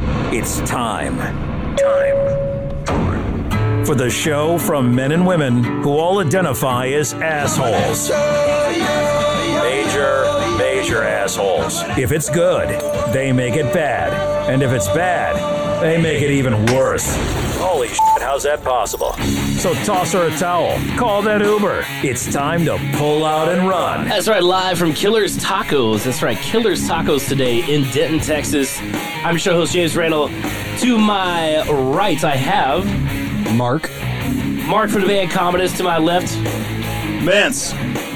It's time. Time. time. For the show from men and women who all identify as assholes. Major, major assholes. If it's good, they make it bad. And if it's bad, they make it even worse. Holy shit, how's that possible? So toss her a towel, call that Uber. It's time to pull out and run. That's right, live from Killer's Tacos. That's right, Killer's Tacos today in Denton, Texas. I'm show host James Randall. To my right, I have Mark. Mark from the band Commodus. To my left, Vince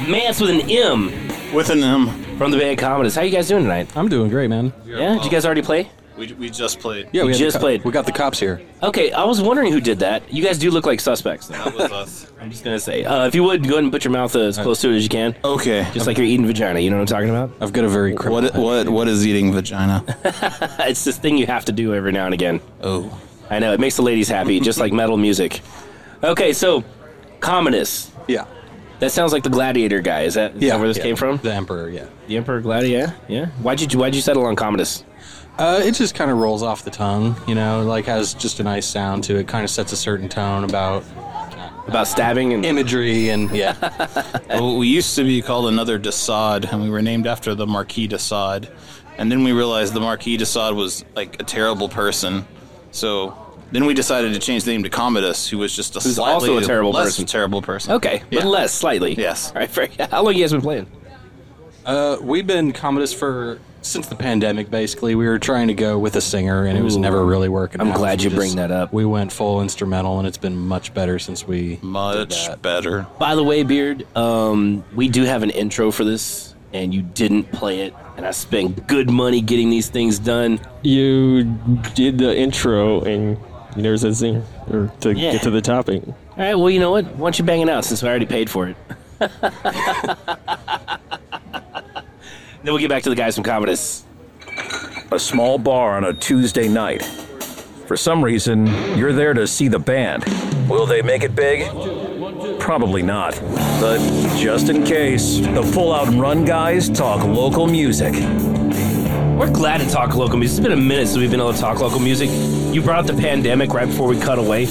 Mance with an M with an M. from the band Commodus. How you guys doing tonight? I'm doing great, man. Yeah, did you guys already play? We, we just played. Yeah, You we, had the just co- played. We got the cops here. Okay, I was wondering who did that. You guys do look like suspects. That was us. I'm just gonna say, uh, if you would, go ahead and put your mouth uh, as close to it as you can, Okay. just like you're eating vagina. You know what I'm talking about? I've got a very criminal. What what what is eating vagina? It's this thing you have to do every now and again. Oh. I know it makes the ladies happy, just like metal music. Okay, so Commodus. Yeah. That sounds like the Gladiator guy. Is that, is Yeah. that where this yeah. came from? The Emperor. Yeah. The Emperor Gladiator. Yeah. Why'd you Why'd you settle on Commodus? Uh, it just kind of rolls off the tongue, you know. Like has just a nice sound to it. Kind of sets a certain tone about About stabbing and imagery and yeah. Well, we used to be called another Desaad, and we were named after the Marquis de Sade. And then we realized the Marquis de Sade was like a terrible person. So then we decided to change the name to Commodus, who was just a Who's slightly also a terrible less person. terrible person. okay, Yeah. but less slightly. Yes. All right, Frank. How long you guys been playing? uh, we've been Commodus for since the pandemic. Basically, we were trying to go with a singer, and it was never really working. I'm out. glad We you bring that up. We went full instrumental, and it's been much better since we. Much that. better. By the way, Beard, um, we do have an intro for this, and you didn't play it, and I spent good money getting these things done. you did the intro and there's a zing or to Yeah. get to the topic. All right. Well, you know what? Why don't you bang it out since I already paid for it? then we'll get back to the guys from Commodus. a small bar on a Tuesday night. For some reason, you're there to see the band. Will they make it big? Probably not. But just in case, the Pull Out and Run guys talk local music. We're glad to talk local music. It's been a minute since we've been able to talk local music. You brought up the pandemic right before we cut away.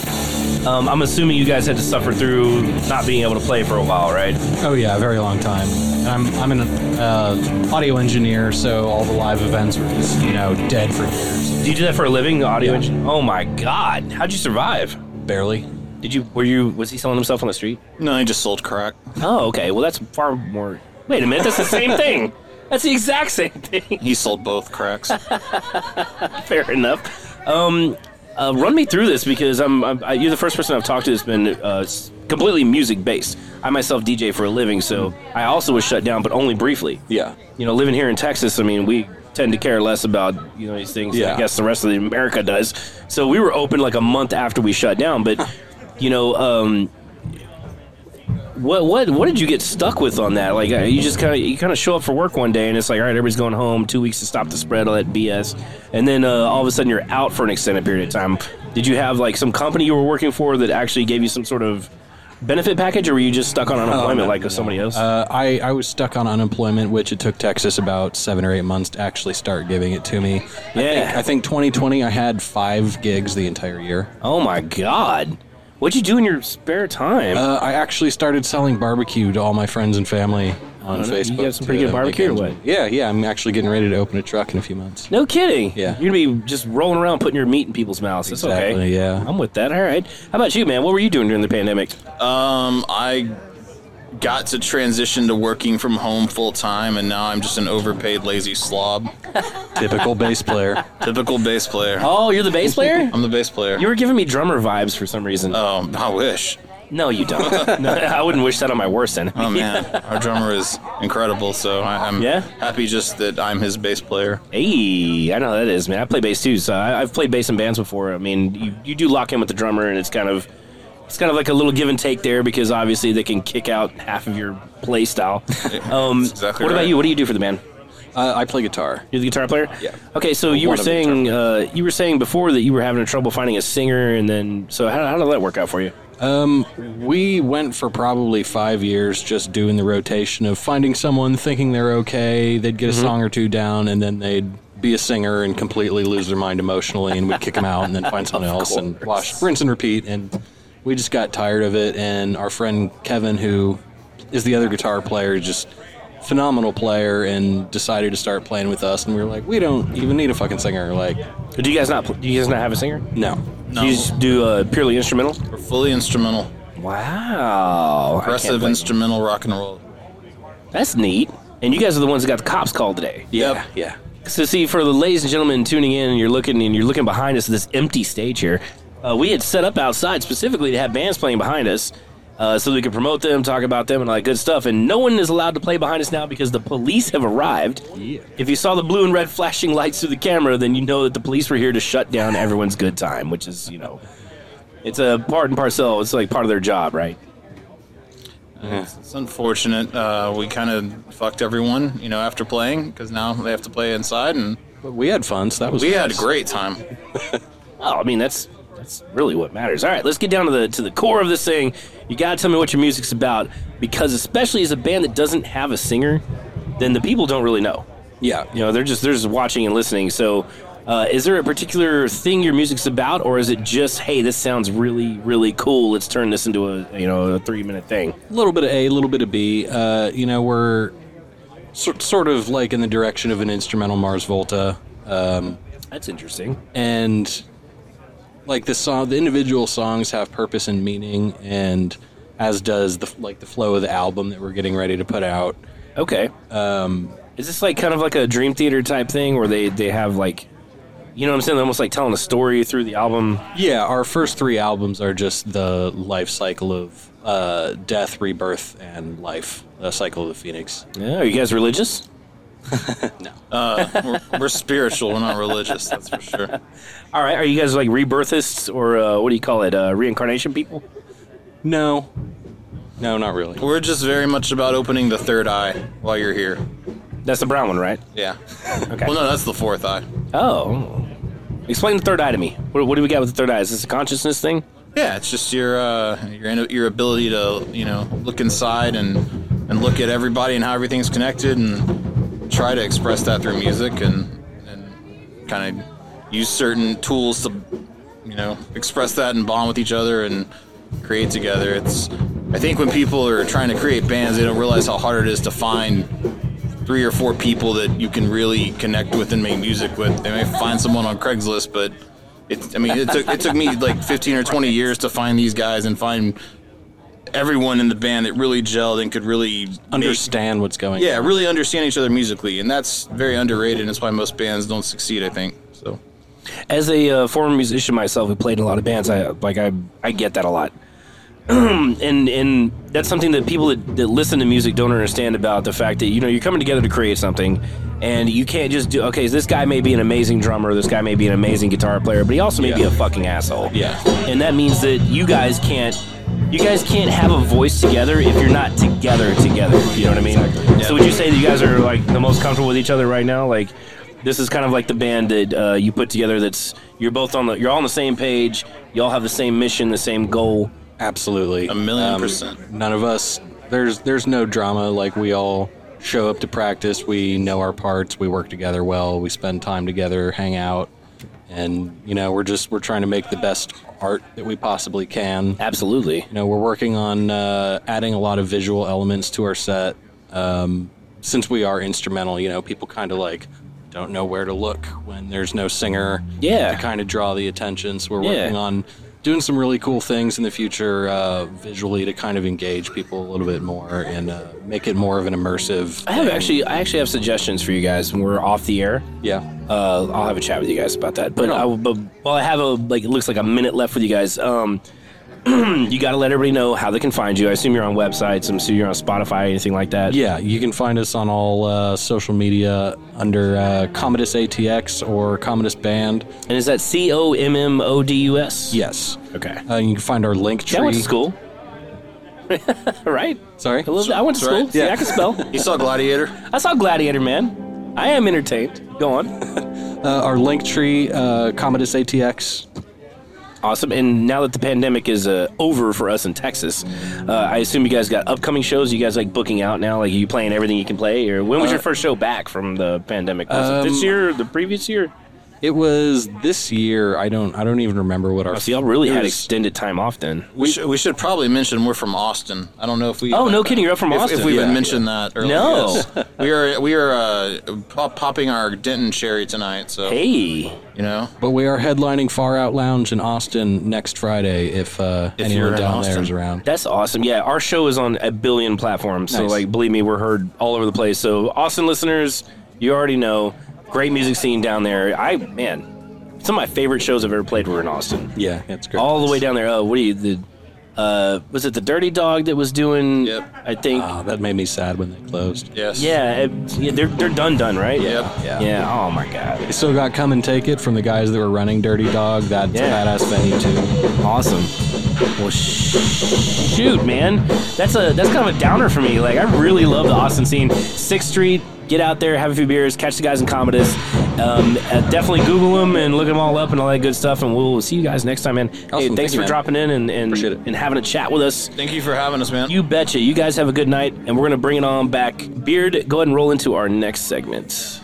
Um, I'm assuming you guys had to suffer through not being able to play for a while, right? Oh yeah, a very long time. And I'm I'm an uh, audio engineer, so all the live events were just you know dead for years, Do you do that for a living, the audio Yeah. engine? Oh my God! How'd you survive? barely. Did you? Were you? Was he selling himself on the street? No, I just sold crack. Oh, okay. Well, that's far more. Wait a minute. That's the same thing. That's the exact same thing. He sold both cracks. Fair enough. Um, uh, run me through this because I'm, I'm I, you're the first person I've talked to that's been uh, s- completely music based. I myself DJ for a living, so I also was shut down, but only briefly. Yeah. You know, living here in Texas, I mean, we tend to care less about you know these things. than I Yeah. guess the rest of the America does. So we were open like a month after we shut down, but you know. Um, what what what did you get stuck with on that? Like uh, you just kind of you kind of show up for work one day and it's like all right, everybody's going home. Two weeks to stop the spread, all that BS, and then uh, all of a sudden you're out for an extended period of time. Did you have like some company you were working for that actually gave you some sort of benefit package, or were you just stuck on unemployment like somebody else? Uh, I, I was stuck on unemployment, which it took Texas about seven or eight months to actually start giving it to me. I think, Yeah. I think 2020, I had five gigs the entire year. oh my god, what'd you do in your spare time? Uh, I actually started selling barbecue to all my friends and family on Oh, You Facebook. got some pretty to good barbecue or make what? ends meet. Yeah, yeah. I'm actually getting ready to open a truck in a few months. No kidding. Yeah. You're gonna be just rolling around putting your meat in people's mouths. That's okay. Exactly, yeah. I'm with that. All right. How about you, man? What were you doing during the pandemic? Um, I got to transition to working from home full time, and now I'm just an overpaid lazy slob. Typical bass player. Typical bass player. Oh, you're the bass player? I'm the bass player. you were giving me drummer vibes for some reason. Uh. Um, I wish. no, you don't. no, I wouldn't wish that on my worst enemy. Oh man, our drummer is incredible. So I, I'm Yeah? Um, Uh, uh, Mm-hmm. be a singer and completely lose their mind emotionally, and we'd kick them out and then find someone else and wash, rinse, and repeat. And we just got tired of it. And our friend Kevin, who is the other guitar player, just phenomenal player, and decided to start playing with us. And we were like, we don't even need a fucking singer. Like, Do you guys not? pl- Do you guys not have a singer? no. No. You just do uh, purely instrumental. We're fully instrumental, Wow, I can't progressive believe- instrumental rock and roll. That's neat. And you guys are the ones that got the cops called today. Yeah, yeah. So see, for the ladies and gentlemen tuning in, and you're looking and you're looking behind us at this empty stage here. Uh, we had set up outside specifically to have bands playing behind us, uh, so we could promote them, talk about them, and all that good stuff. And no one is allowed to play behind us now because the police have arrived. If you saw the blue and red flashing lights through the camera, then you know that the police were here to shut down everyone's good time, which is you know, it's a part and parcel. It's like part of their job, right? It's unfortunate. Uh, we kind of fucked everyone, you know, after playing because now they have to play inside, and But we had fun, so that was we had a nice. great time. Oh, I mean that's that's really what matters. All right, let's get down to the to the core of this thing. You gotta tell me what your music's about because especially as a band that doesn't have a singer, then the people don't really know. Yeah. You know, they're just they're just watching and listening. So, uh, is there a particular thing your music's about, or is it just hey, this sounds really really cool? Let's turn this into a you know a three minute thing. A little bit of A, a little bit of B. Uh, you know, we're sort, sort of like in the direction of an instrumental Mars Volta. Um, That's interesting. and like the song, the individual songs have purpose and meaning, and as does the like the flow of the album that we're getting ready to put out. Okay. Um, is this like kind of like a dream theater type thing where they they have like, you know what I'm saying? They're almost like telling a story through the album. Yeah, our first three albums are just the life cycle of uh, death, rebirth, and life. The cycle of the phoenix. Yeah, are you guys religious? Uh, we're, we're spiritual. We're not religious. That's for sure. All right, are you guys like rebirthists or uh, what do you call it? Uh, reincarnation people? No, no, not really. We're just very much about opening the third eye while you're here. That's the brown one, right? Yeah. Okay. Well, no, that's the fourth eye. Oh, explain the third eye to me. What, what do we got with the third eye? Is this a consciousness thing? Yeah, it's just your uh, your your ability to you know look inside and and look at everybody and how everything's connected and try to express that through music and and kind of use certain tools to you know express that and bond with each other and create together. It's I think when people are trying to create bands, they don't realize how hard it is to find three or four people that you can really connect with and make music with. They may find someone on Craigslist, but it, I mean, it took it took me like 15 or 20 years to find these guys and find everyone in the band that really gelled and could really make- Understand what's going. yeah, really understand each other musically, and that's very underrated. and That's why most bands don't succeed, I think. So As a uh, former musician myself who played in a lot of bands, I like I I get that a lot. and and that's something that people that, that listen to music don't understand about the fact that you know you're coming together to create something and you can't just do okay so this guy may be an amazing drummer this guy may be an amazing guitar player but he also may be a fucking asshole Yeah. and that means that you guys can't you guys can't have a voice together if you're not together together you know what i mean so would you say that you guys are like the most comfortable with each other right now like this is kind of like the band that uh, you put together that's you're both on the you're all on the same page you all have the same mission the same goal Absolutely. Um, a million percent. none of us there's there's no drama like we all show up to practice we know our parts we work together well we spend time together hang out and you know we're just we're trying to make the best art that we possibly can you absolutely know we're working on uh, adding a lot of visual elements to our set um, since we are instrumental you know people kind of like don't know where to look when there's no singer Yeah. to kind of draw the attention so we're Yeah. working on doing some really cool things in the future uh, visually to kind of engage people a little bit more and uh, make it more of an immersive I have actually, I actually have suggestions for you guys when we're off the air. yeah Uh, I'll have a chat with you guys about that. But, I, will- but well, I have a like it looks like a minute left with you guys. Um, you got to let everybody know how they can find you. I assume you're on websites. I'm assuming you're on Spotify, anything like that. yeah you can find us on all uh, social media under uh, commodus atx or commodus band And is that C O M M O D U S? yes Okay. uh, you can find our link Yeah, I tree went to school. right. sorry I, love that. I went to school. right. Yeah. Yeah. I can spell. You saw Gladiator? I saw Gladiator, man. I am entertained. Go on. uh, our link tree uh, commodus atx Awesome. And now that the pandemic is uh, over for us in Texas, uh, I assume you guys got upcoming shows. You guys like booking out now? Like, are you playing everything you can play? Or when was your first show back from the pandemic? Was it this Um, year or the previous year? It was this year. I don't. I don't even remember what our. Oh, See, y'all really it had was- extended time off then. We, should, we should probably mention we're from Austin. I don't know if we. Oh, no kidding, you're from if- Austin. If we Yeah. would mention that earlier. No. yes. we are we are uh, pop, popping our Denton cherry tonight. So Hey, you know, But we are headlining Far Out Lounge in Austin next Friday. If, uh, If anyone you're in down there Austin. is around, that's awesome. Yeah, our show is on a billion platforms. So, Nice. like, believe me, we're heard all over the place. So, Austin listeners, you already know. Great music scene down there. I, man, some of my favorite shows I've ever played were in Austin. yeah, that's great. all the way down there. Oh, what do you the? Uh, was it the Dirty Dog that was doing? Yep. I think. Oh, that made me sad when they closed. yes. yeah, it- yeah, they're they're done done right. Yep. Yeah. Oh my God. They still got come and take it from the guys that were running Dirty Dog. That's Yeah. a badass venue too. Awesome. Well, sh- shoot, man, that's a that's kind of a downer for me. Like I really love the Austin scene. Sixth Street. Get out there, have a few beers, catch the guys in Commodus. Um, uh, definitely Google them and look them all up and all that good stuff. And we'll see you guys next time, man. Hey, Awesome. thanks Thank you, for man. dropping in and and, Appreciate it. and having a chat with us. Thank you for having us, man. You betcha. You guys have a good night, and we're going to bring it on back. Beard, go ahead and roll into our next segment.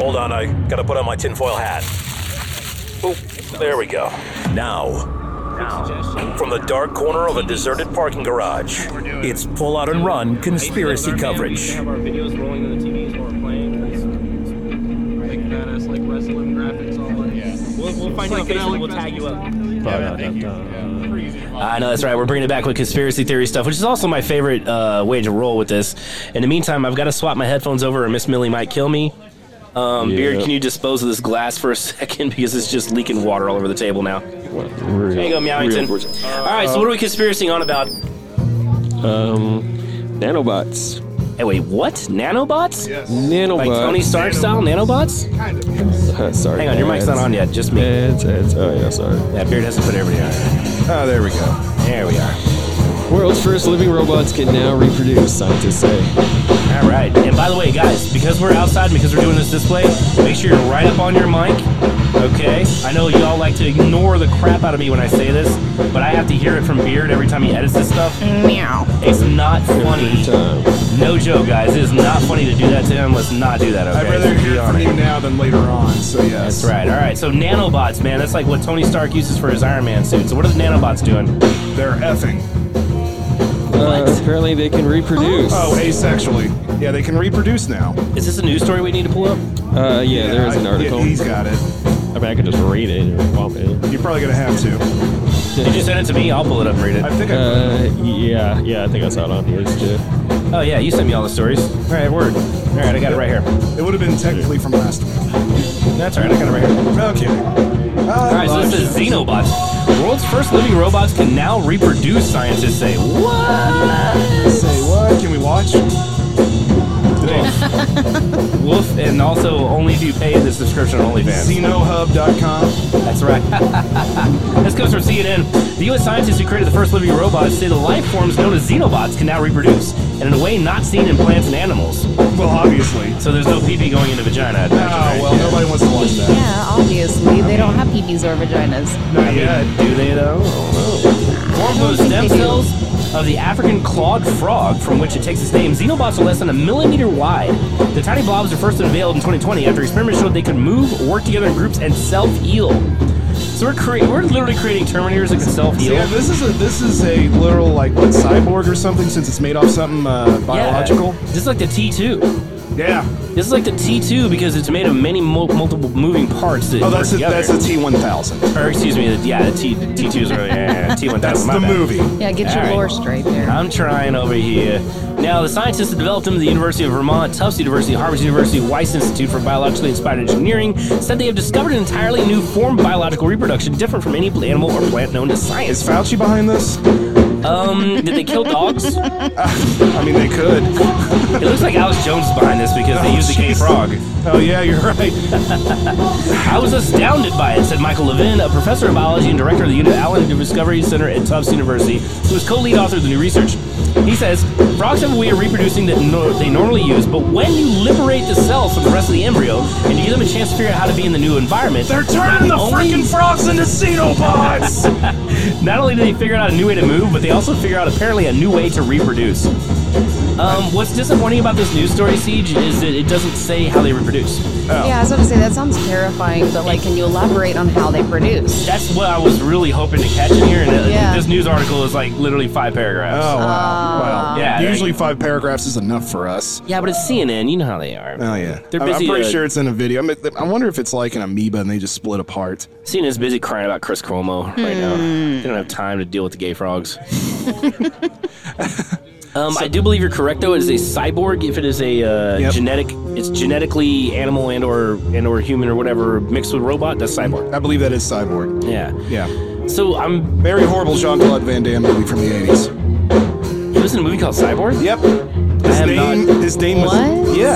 Hold on, I gotta put on my tinfoil hat. Oh, there we go. Now, from the dark corner of a deserted parking garage, it's pull out and run conspiracy coverage. Like badass, like wrestling graphics on like. We'll, find you on Facebook. We'll tag you up. I know Ah, that's right. We're bringing it back with conspiracy theory stuff, which is also my favorite uh, way to roll with this. In the meantime, I've got to swap my headphones over, or Miss Millie might kill me. Um, Beard, Yeah. can you dispose of this glass for a second because it's just leaking water all over the table now? What, real, There you go, Meowington. all right, so what are we conspiracy on about? Um, nanobots. Hey, wait, what? Nanobots? Yeah. Nanobots. Like Tony Stark style nanobots? Uh, sorry. Hang on, your mic's not on yet. Just me. Ads, ads. Oh yeah, sorry. That beard hasn't put everybody on. Oh, there we go. There we are. World's first living robots can now reproduce. Scientists say. All right. And by the way, guys, because we're outside, and because we're doing this display, make sure you're right up on your mic. Okay. I know y'all like to ignore the crap out of me when I say this, but I have to hear it from Beard every time he edits this stuff. It's not funny. Time. Uh, No joke, guys. It is not funny to do that to him. Let's not do that. Okay. I'd rather So be hear on from it. you now than later on. So yes. That's right. All right. So nanobots, man. That's like what Tony Stark uses for his Iron Man suit. So what are the nanobots doing? They're effing. Uh, apparently, they can reproduce. Oh, asexually. Yeah, they can reproduce now. Is this a news story we need to pull up? Uh, yeah, there is an I- article. yeah, he's got it. I mean, I could just read it or bump it. You're probably gonna have to. Did you send it to me? I'll pull it up and read I it. think I Uh, yeah, yeah, I think I saw it on yours too. Oh yeah, you sent me all the stories. All right, word. All right, I got it right here. it would have been technically from last week. That's all right. I got it right here. No kidding. Uh, All right, so this is Xenobots. World's first living robots can now reproduce. Scientists say what? Say what? Can we watch? Woof, and also only if you pay the subscription on OnlyFans. Xenohub.com. That's right. this comes from CNN. The U.S. scientists who created the first living robots say the life forms known as xenobots can now reproduce, and in a way not seen in plants and animals. Well, obviously. So there's no pee pee going into vagina. I'd imagine, Oh right? well, nobody wants to watch that. Yeah, obviously. They don't have peepees or vaginas. Not Yeah, yet. do they though? Formed from the stem cells of the African clawed frog, from which it takes its name, xenobots are less than a millimeter wide. The tiny blobs were first unveiled in 2020 after experiments showed they could move, work together in groups, and self-heal. So we're crea- we're literally creating Terminators that can self-heal. Yeah, this is a this is a literal like what cyborg or something since it's made off something uh, Yeah. biological. This is like the T2. Yeah. This is like the T2 because it's made of many mul- multiple moving parts. That Oh, work that's a, together. that's a T one thousand. Or excuse me, the, yeah, the T T2s are yeah, T1000. That's my the bad. movie. Yeah, get All your right. lore straight there. I'm trying over here. Now, the scientists that developed them at the University of Vermont, Tufts University, Harvard University, Weiss Institute for Biologically Inspired Engineering said they have discovered an entirely new form of biological reproduction different from any animal or plant known to Is science. Fauci behind this? Um, did they kill dogs? It I mean, they could. looks like Alex Jones is behind this because they used the gay frog. Oh yeah, you're right. I was astounded by it, said Michael Levin, a professor of biology and director of the unit at Allen Discovery Center at Tufts University, who is co-lead author of the new research. He says, frogs have a way of reproducing that nor they normally use, but when you liberate the cells from the rest of the embryo and you give them a chance to figure out how to be in the new environment, they're turning the freaking frogs into xenopods! Not only do they figure out a new way to move, but they also figure out apparently a new way to reproduce. Um, what's disappointing about this news story, Siege, is that it doesn't say how they reproduce. Yeah, I was going to say that sounds terrifying, but like, can you elaborate on how they produce? That's what I was really hoping to catch in here. And uh, Yeah. this news article is like literally five paragraphs. Oh Uh, wow, wow. Yeah, Usually five paragraphs is enough for us. Yeah, but it's CNN. You know how they are. Oh yeah, They're I'm- busy, I'm pretty uh, sure it's in a video. I'm, I wonder if it's like an amoeba and they just split apart. CNN's busy crying about Chris Cuomo right now. Hmm. They don't have time to deal with the gay frogs. um, I do believe you're correct, though. It is a cyborg. If it is a uh, Yep. genetic, it's genetically animal and or and or human or whatever mixed with robot. That's cyborg. I believe that is cyborg. Yeah. Yeah, So I'm. very horrible Jean Claude Van Damme movie from the '80s. It was in a movie called Cyborg. Yep. I His am name, not- his name was What? yeah.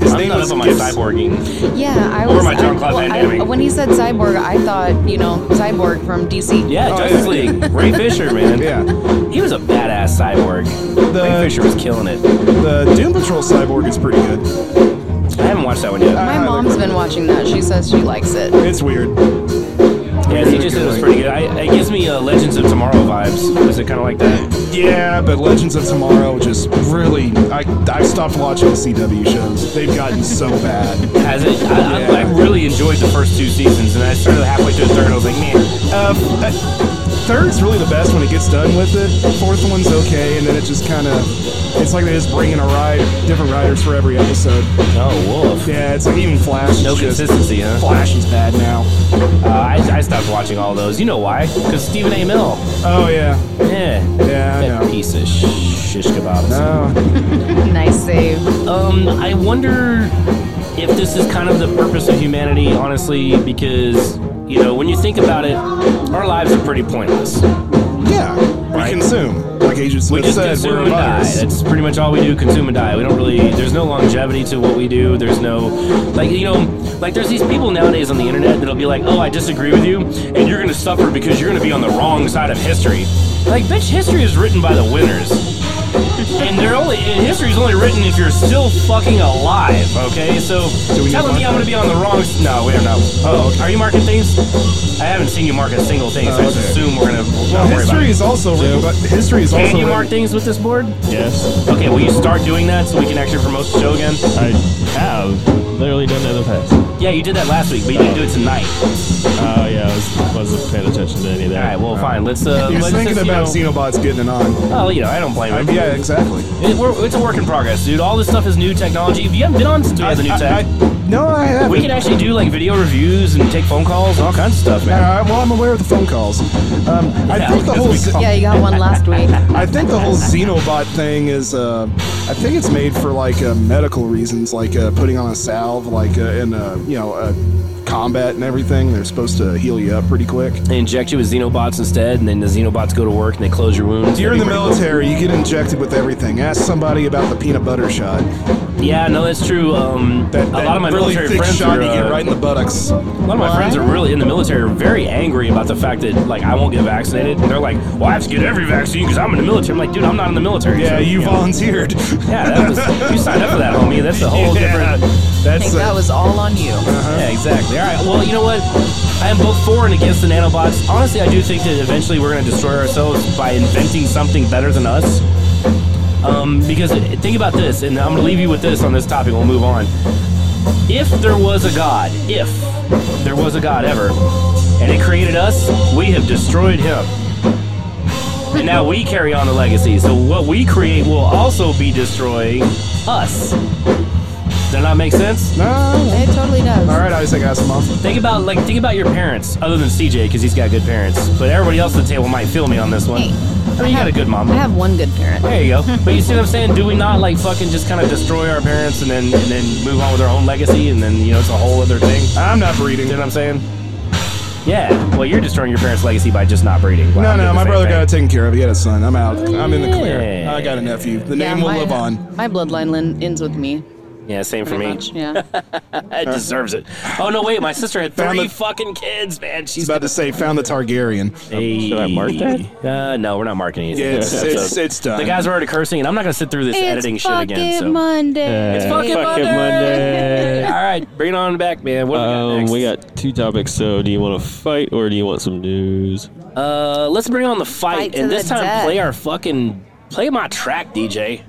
His I'm name not was Oh, up on my Gibbs. cyborging. Yeah, I Or was. my John I- Claude well, Van I- Damme. when he said cyborg, I thought you know cyborg from DC. Yeah, Oh, Justice yeah. League. Ray Fisher, man. Yeah, He was a badass cyborg. Ray Fisher was killing it. the Doom Patrol cyborg is pretty good. I haven't watched that one yet. I My highly mom's been watching that. She says she likes it. It's weird. yeah, he just said it was pretty good. I, it gives me uh, Legends of Tomorrow vibes. Is it kind of like that? Yeah, but Legends of Tomorrow just really. I I stopped watching the CW shows. They've gotten so bad. Has it? I, Yeah. I, I really enjoyed the first two seasons, and I started halfway through the third. I was like, man, Uh, uh, third's really the best when it gets done with it. Fourth one's okay, and then it just kind of. It's like they just bring in a ride, different riders for every episode. oh wolf. Yeah, it's like even Flash. No is just- consistency, huh? Flash is bad now. Uh, I, I stopped watching all those. You know why? Because Stephen A. Mill. Oh yeah. Yeah. Yeah, I That know. piece of shish kebab. Oh, Nice save. Um, I wonder if this is kind of the purpose of humanity, honestly, because you know when you think about it, our lives are pretty pointless. yeah. Right. We consume. Like Agent We Smith just said, consume we're a and die. virus. That's pretty much all we do: consume and die. We don't really. There's no longevity to what we do. There's no, like you know, like there's these people nowadays on the internet that'll be like, "Oh, I disagree with you, and you're gonna suffer because you're gonna be on the wrong side of history." Like, bitch, history is written by the winners. And they're only and history's only written if you're still fucking alive, okay? So we telling need me I'm gonna be on the wrong s- no, we don't know. Oh, are you marking things? I haven't seen you mark a single thing, so I just Oh, okay. assume we're gonna Well, not worry about history it. is also written, but history is also Can you written- mark things with this board? Yes, Okay, will you start doing that so we can actually promote the show again? I have literally done that in the past. Yeah, you did that last week, but you didn't do it tonight. Oh yeah, I was, wasn't paying attention to any of All that. right, well, fine. Let's uh, You're let's thinking just, you about know, Xenobots getting it on. oh, you know, I don't blame him. Yeah, exactly. It, we're, it's a work in progress, dude. All this stuff is new technology. If you haven't been on since we had the new I- tech, I- no, I haven't. we can actually do like video reviews and take phone calls and all kinds of stuff, man. Uh, well, I'm aware of the phone calls. Um, I Yeah, think the because whole we Z- Yeah, you got one last week. I think the whole Xenobot thing is uh, I think it's made for like uh, medical reasons, like uh, putting on a salve, like uh, in uh, you know uh, combat and everything. They're supposed to heal you up pretty quick. They inject you with xenobots instead, and then the xenobots go to work and they close your wounds. You're in the That'd be pretty military, you get injected with everything. Ask somebody about the peanut butter shot. cool. Yeah, no, that's true. Um, That, a that lot of my really military thick friends shot are, you get uh, right in the buttocks. A lot of my friends are really in the military are very angry about the fact that like I won't get vaccinated. And they're like, "Well, I have to get every vaccine because I'm in the military." I'm like, "Dude, I'm not in the military." Yeah, So, you know, volunteered. Yeah, that was, you signed up for that, homie. That's a whole Yeah. different. I think That's that uh, was all on you. Yeah, exactly. All right. Well, you know what? I am both for and against the nanobots. Honestly, I do think that eventually we're going to destroy ourselves by inventing something better than us. Um, because it- think about this, and I'm going to leave you with this on this topic. We'll move on. If there was a god, if there was a god ever, and it created us, we have destroyed him. And now we carry on the legacy. So what we create will also be destroying us. Does that make sense? no. It totally does. All right, Isaac Asimov. Think about like think about your parents, other than CJ, because he's got good parents. But everybody else at the table might feel me on this one. Hey, I mean, you got a good mom. I have one good parent. There you go. But you see what I'm saying? Do we not like fucking just kind of destroy our parents and then and then move on with our own legacy and then you know it's a whole other thing? I'm not breeding. You know what I'm saying? Yeah. Well, you're destroying your parents' legacy by just not breeding. Wow, No, I'm doing no, the my same brother thing. got it taken care of. He had a son. I'm out. I'm in the clear. Yeah. I got a nephew. The Yeah, name will my- live on. My bloodline lin- ends with me. Yeah, same for pretty me. much, Yeah. It deserves it. Oh no, wait, my sister had Found three the- fucking kids, man. He's She's about to say, found the Targaryen. Should I mark that? Uh, no, we're not marking anything. Yeah, it's, So- it's, it's done. the guys are already cursing, and I'm not gonna sit through this editing shit again. So. Monday. It's fucking fucking Monday. All right, bring it on back, man. What do we got Um, next? we got two topics. So, do you want to fight or do you want some news? Uh, let's bring on the fight, Fight to and this the time death. play our fucking play my track, DJ.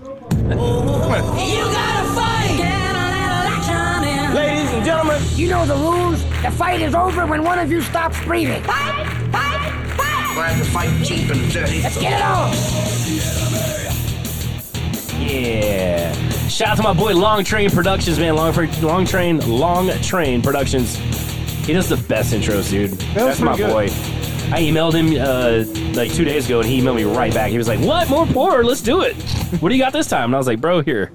You gotta fight! Get an election in! Ladies and gentlemen, You know the rules. The fight is over when one of you stops breathing. Fight! Fight! Fight! to fight cheap and dirty. Let's get it on. yeah. Shout out to my boy Long Train Productions, man. Long, Long Train, Long Train Productions. He does the best intros, dude. That's my pretty boy. good. I emailed him uh, like two days ago, and he emailed me right back. He was like, "What more porn? Let's do it. What do you got this time?" And I was like, "Bro, here."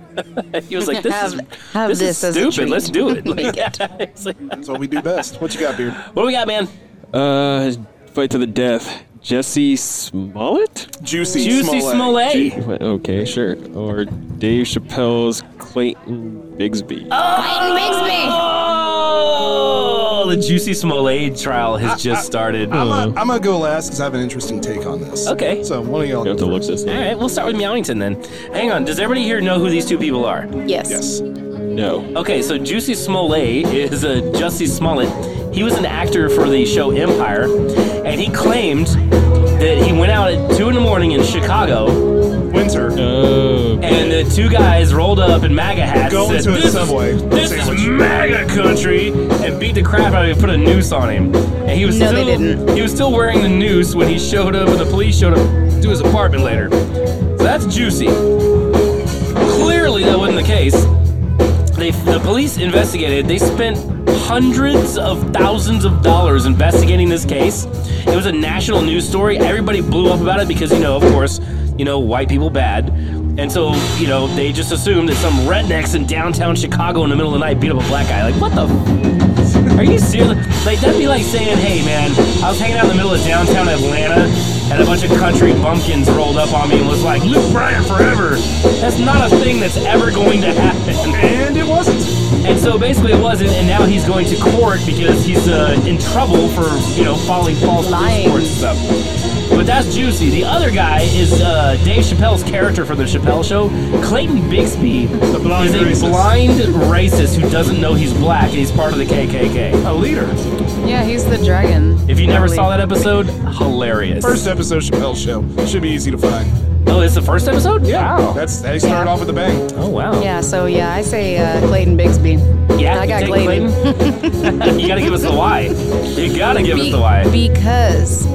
he was like, "This is Have- have this, this is as a stupid. Let's do treat. it." Make It's like, That's what we do best. What you got, Beard? what do we got, man? Uh, fight to the death. Jesse Smollett? Juicy, Juicy Smollett. What? Okay, sure. Or Dave Chappelle's Clayton Bigsby. Oh, the Juicy Smollett trial has just started. I'm gonna- I'm gonna go last because I have an interesting take on this. Okay. So one of y'all. You have to look this All up. right, we'll start with Meowington then. Hang on, does everybody here know who these two people are? Yes. Yes. No. Okay, so Juicy Smollett is a Jussie Smollett. He was an actor for the show Empire, and he claimed that he went out at two in the morning in Chicago, Winter. Oh, and the two guys rolled up in MAGA hats, Going and to said, a "This Subway is this sandwich." is MAGA country, and beat the crap out of him, and put a noose on him. And he was No, they still didn't. he was still wearing the noose when he showed up, and the police showed up to his apartment later. So that's juicy. Clearly, that wasn't the case. They, the police investigated. They spent hundreds of thousands of dollars investigating this case. It was a national news story. Everybody blew up about it because, you know, of course, you know, white people bad. And so, you know, they just assumed that some rednecks in downtown Chicago in the middle of the night beat up a black guy. Like, what the? f- Are you serious? Like, that'd be like saying, hey, man, I was hanging out in the middle of downtown Atlanta and a bunch of country bumpkins rolled up on me and was like, Luke Bryan forever. That's not a thing that's ever going to happen. And it wasn't. And so basically it wasn't, and now he's going to court because he's uh, in trouble for, you know, following false Lying. reports and stuff. But that's juicy. The other guy is uh, Dave Chappelle's character from The Chappelle Show. Clayton Bixby blind is a racist. blind racist who doesn't know he's black and he's part of the KKK. A leader. Yeah, he's the dragon. If you never Probably. saw that episode, hilarious. First episode Chappelle Show. Should be easy to find. oh, it's the first episode? Yeah. Wow. That's they start Yeah. off with a bang. oh, wow. Yeah, so yeah, I say uh, Clayton Bigsby. Yeah, I got take Clayton. Clayton. you gotta give us the why. You gotta give us Be- the why. Because.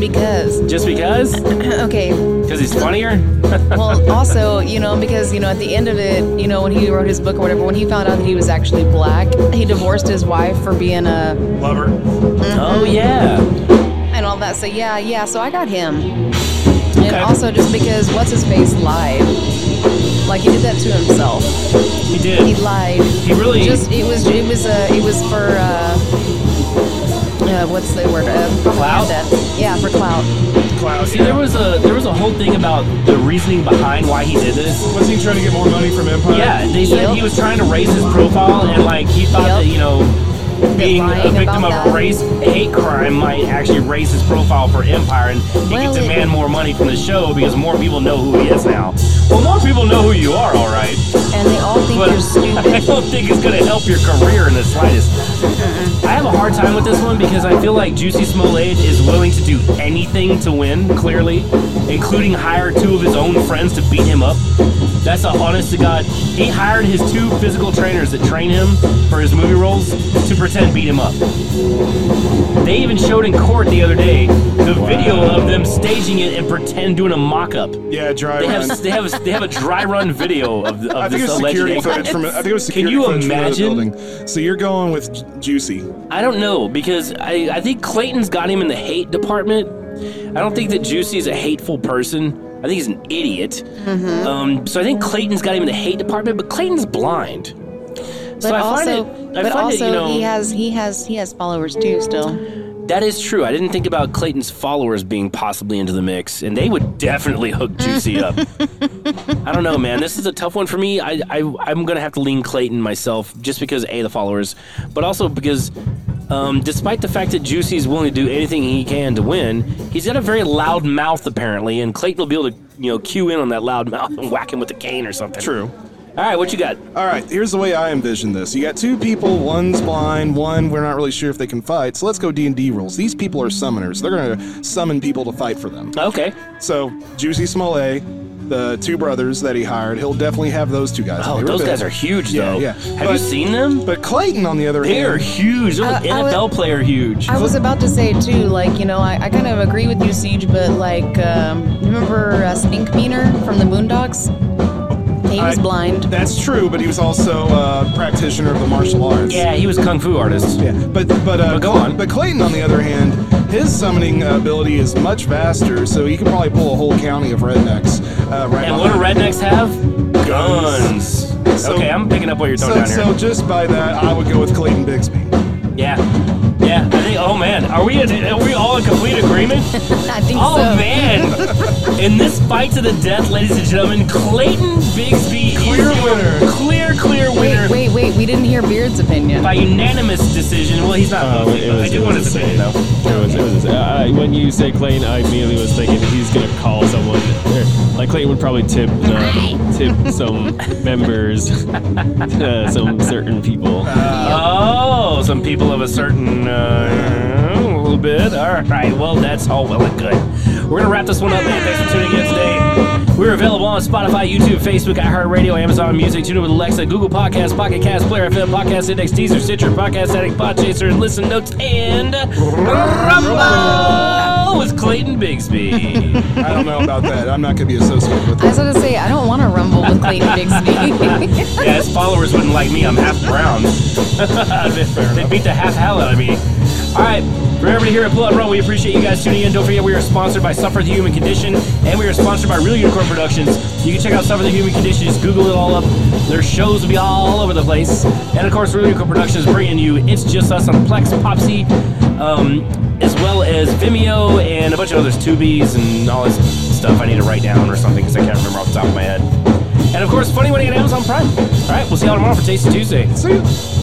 because. Just because? okay, Because he's funnier? well, also, you know, because, you know, at the end of it, you know, when he wrote his book or whatever, when he found out that he was actually black, he divorced his wife for being a Oh, yeah. and all that. So, yeah, yeah, so I got him. And Okay. also just because what's his face lied. Like he did that to himself. He He did. lied. He really. Just it was it was uh, it was for uh, uh what's the word? Uh, propaganda. Yeah, for clout. see, there was a there was a whole thing about the reasoning behind why he did this. Was he trying to get more money from Empire? Yeah, they said Yep. he was trying to raise his profile, and like he thought Yep. that you know being a lying victim of about that. race hate crime might actually raise his profile for Empire, and he Well, could it- demand more money from the show because more people know who he is now. Well, more people know who you are, all right. And they all think but you're I stupid. don't think it's gonna help your career in the slightest. Uh-uh. I have a hard time with this one because I feel like Juicy Smollett is willing to do anything to win, clearly, including hire two of his own friends to beat him up. That's a honest to God. He hired his two physical trainers that train him for his movie roles to pretend beat him up. They even showed in court the other day the video of them staging it and pretend doing a mock-up. Yeah, dry They run. have, they have they have a dry run video of, of I think this it's alleged security act. footage from. I think it was Can security you footage imagine? from another building. So you're going with Ju- Juicy. I don't know because I, I think Clayton's got him in the hate department. I don't think that Juicy is a hateful person. I think he's an idiot. Um, so I think Clayton's got him in the hate department, but Clayton's blind. But so I also, find it. I but find also it, you know, he has he has he has followers too still. That is true. I didn't think about Clayton's followers being possibly into the mix, and they would definitely hook Juicy up. I don't know, man. This is a tough one for me. I, I I'm gonna have to lean Clayton myself, just because a the followers, but also because. Um, despite the fact that Juicy is willing to do anything he can to win, he's got a very loud mouth apparently, and Clayton will be able to, you know, cue in on that loud mouth and whack him with a cane or something. True. All right, what you got? All right, here's the way I envision this. You got two people, one's blind, one we're not really sure if they can fight. So let's go D&D rules. These people are summoners. They're going to summon people to fight for them. Okay. So, Juicy Smollett, the two brothers that he hired, he'll definitely have those two guys. Oh, They were those big. guys are huge, yeah, though. Yeah. Have you seen them? But Clayton, on the other They hand, are huge. They're like I- I would- NFL player huge. I was about to say too, like you know, I, I kind of agree with you, Siege, but like, um, remember uh, Spink Beaner from the Boondocks? He was I- blind. That's true, but he was also a practitioner of the martial arts. Yeah, he was a kung fu artist. Yeah, but but, uh, go on. But Clayton, on the other hand, his summoning ability is much vaster, so he can probably pull a whole county of rednecks. Uh, right And behind what do him. rednecks have? Guns. So- okay, I'm picking up what you're So, talking down so here. just by that, I would go with Clayton Bixby. yeah, yeah. I think. Oh man, are we are we all in complete agreement? I think oh so. man, in this fight to the death, ladies and gentlemen, Clayton Bigsby clear is winner. clear clear winner Wait, wait, wait. We didn't hear Beard's opinion. by unanimous decision. Well, he's not. Um, voting, it but I was, do it want to was say insane. It was, it was insane. I, I- when you say Clayton, I immediately was thinking he's gonna call someone. Or, like Clayton would probably tip uh, tip some members, uh, some certain people. Oh, some people of a certain uh, a little bit. All right, well, that's all well and good. We're gonna wrap this one up, man. Thanks for tuning in today. We're available on Spotify, YouTube, Facebook, iHeartRadio, Amazon Music, TuneIn with Alexa, Google Podcasts, Pocket Cast, Player FM, Podcast Index, Teaser, Stitcher, Podcast Addict, Podchaser, and Listen Notes, and Rumble with Clayton Bigsby. I don't know about that. I'm not going to be associated with I was going to say I don't want to rumble with Clayton Bixby. yeah, his followers wouldn't like me. I'm half brown. they beat the half hell out of me. All right, for everybody here at Blood Run, we appreciate you guys tuning in. Don't forget, we are sponsored by Suffer the Human Condition, and we are sponsored by Real Unicorn Productions. You can check out Suffer the Human Condition. Just Google it all up. Their shows will be all over the place. And of course, Real Unicorn Productions bringing you It's Just Us on Plex, Popsy, um, as well as Vimeo and a bunch of others, Tubies and all this stuff I need to write down or something because I can't remember off the top of my head. And of course, Funny Money on Amazon Prime. All right, we'll see y'all tomorrow for Tasty Tuesday. it. See ya.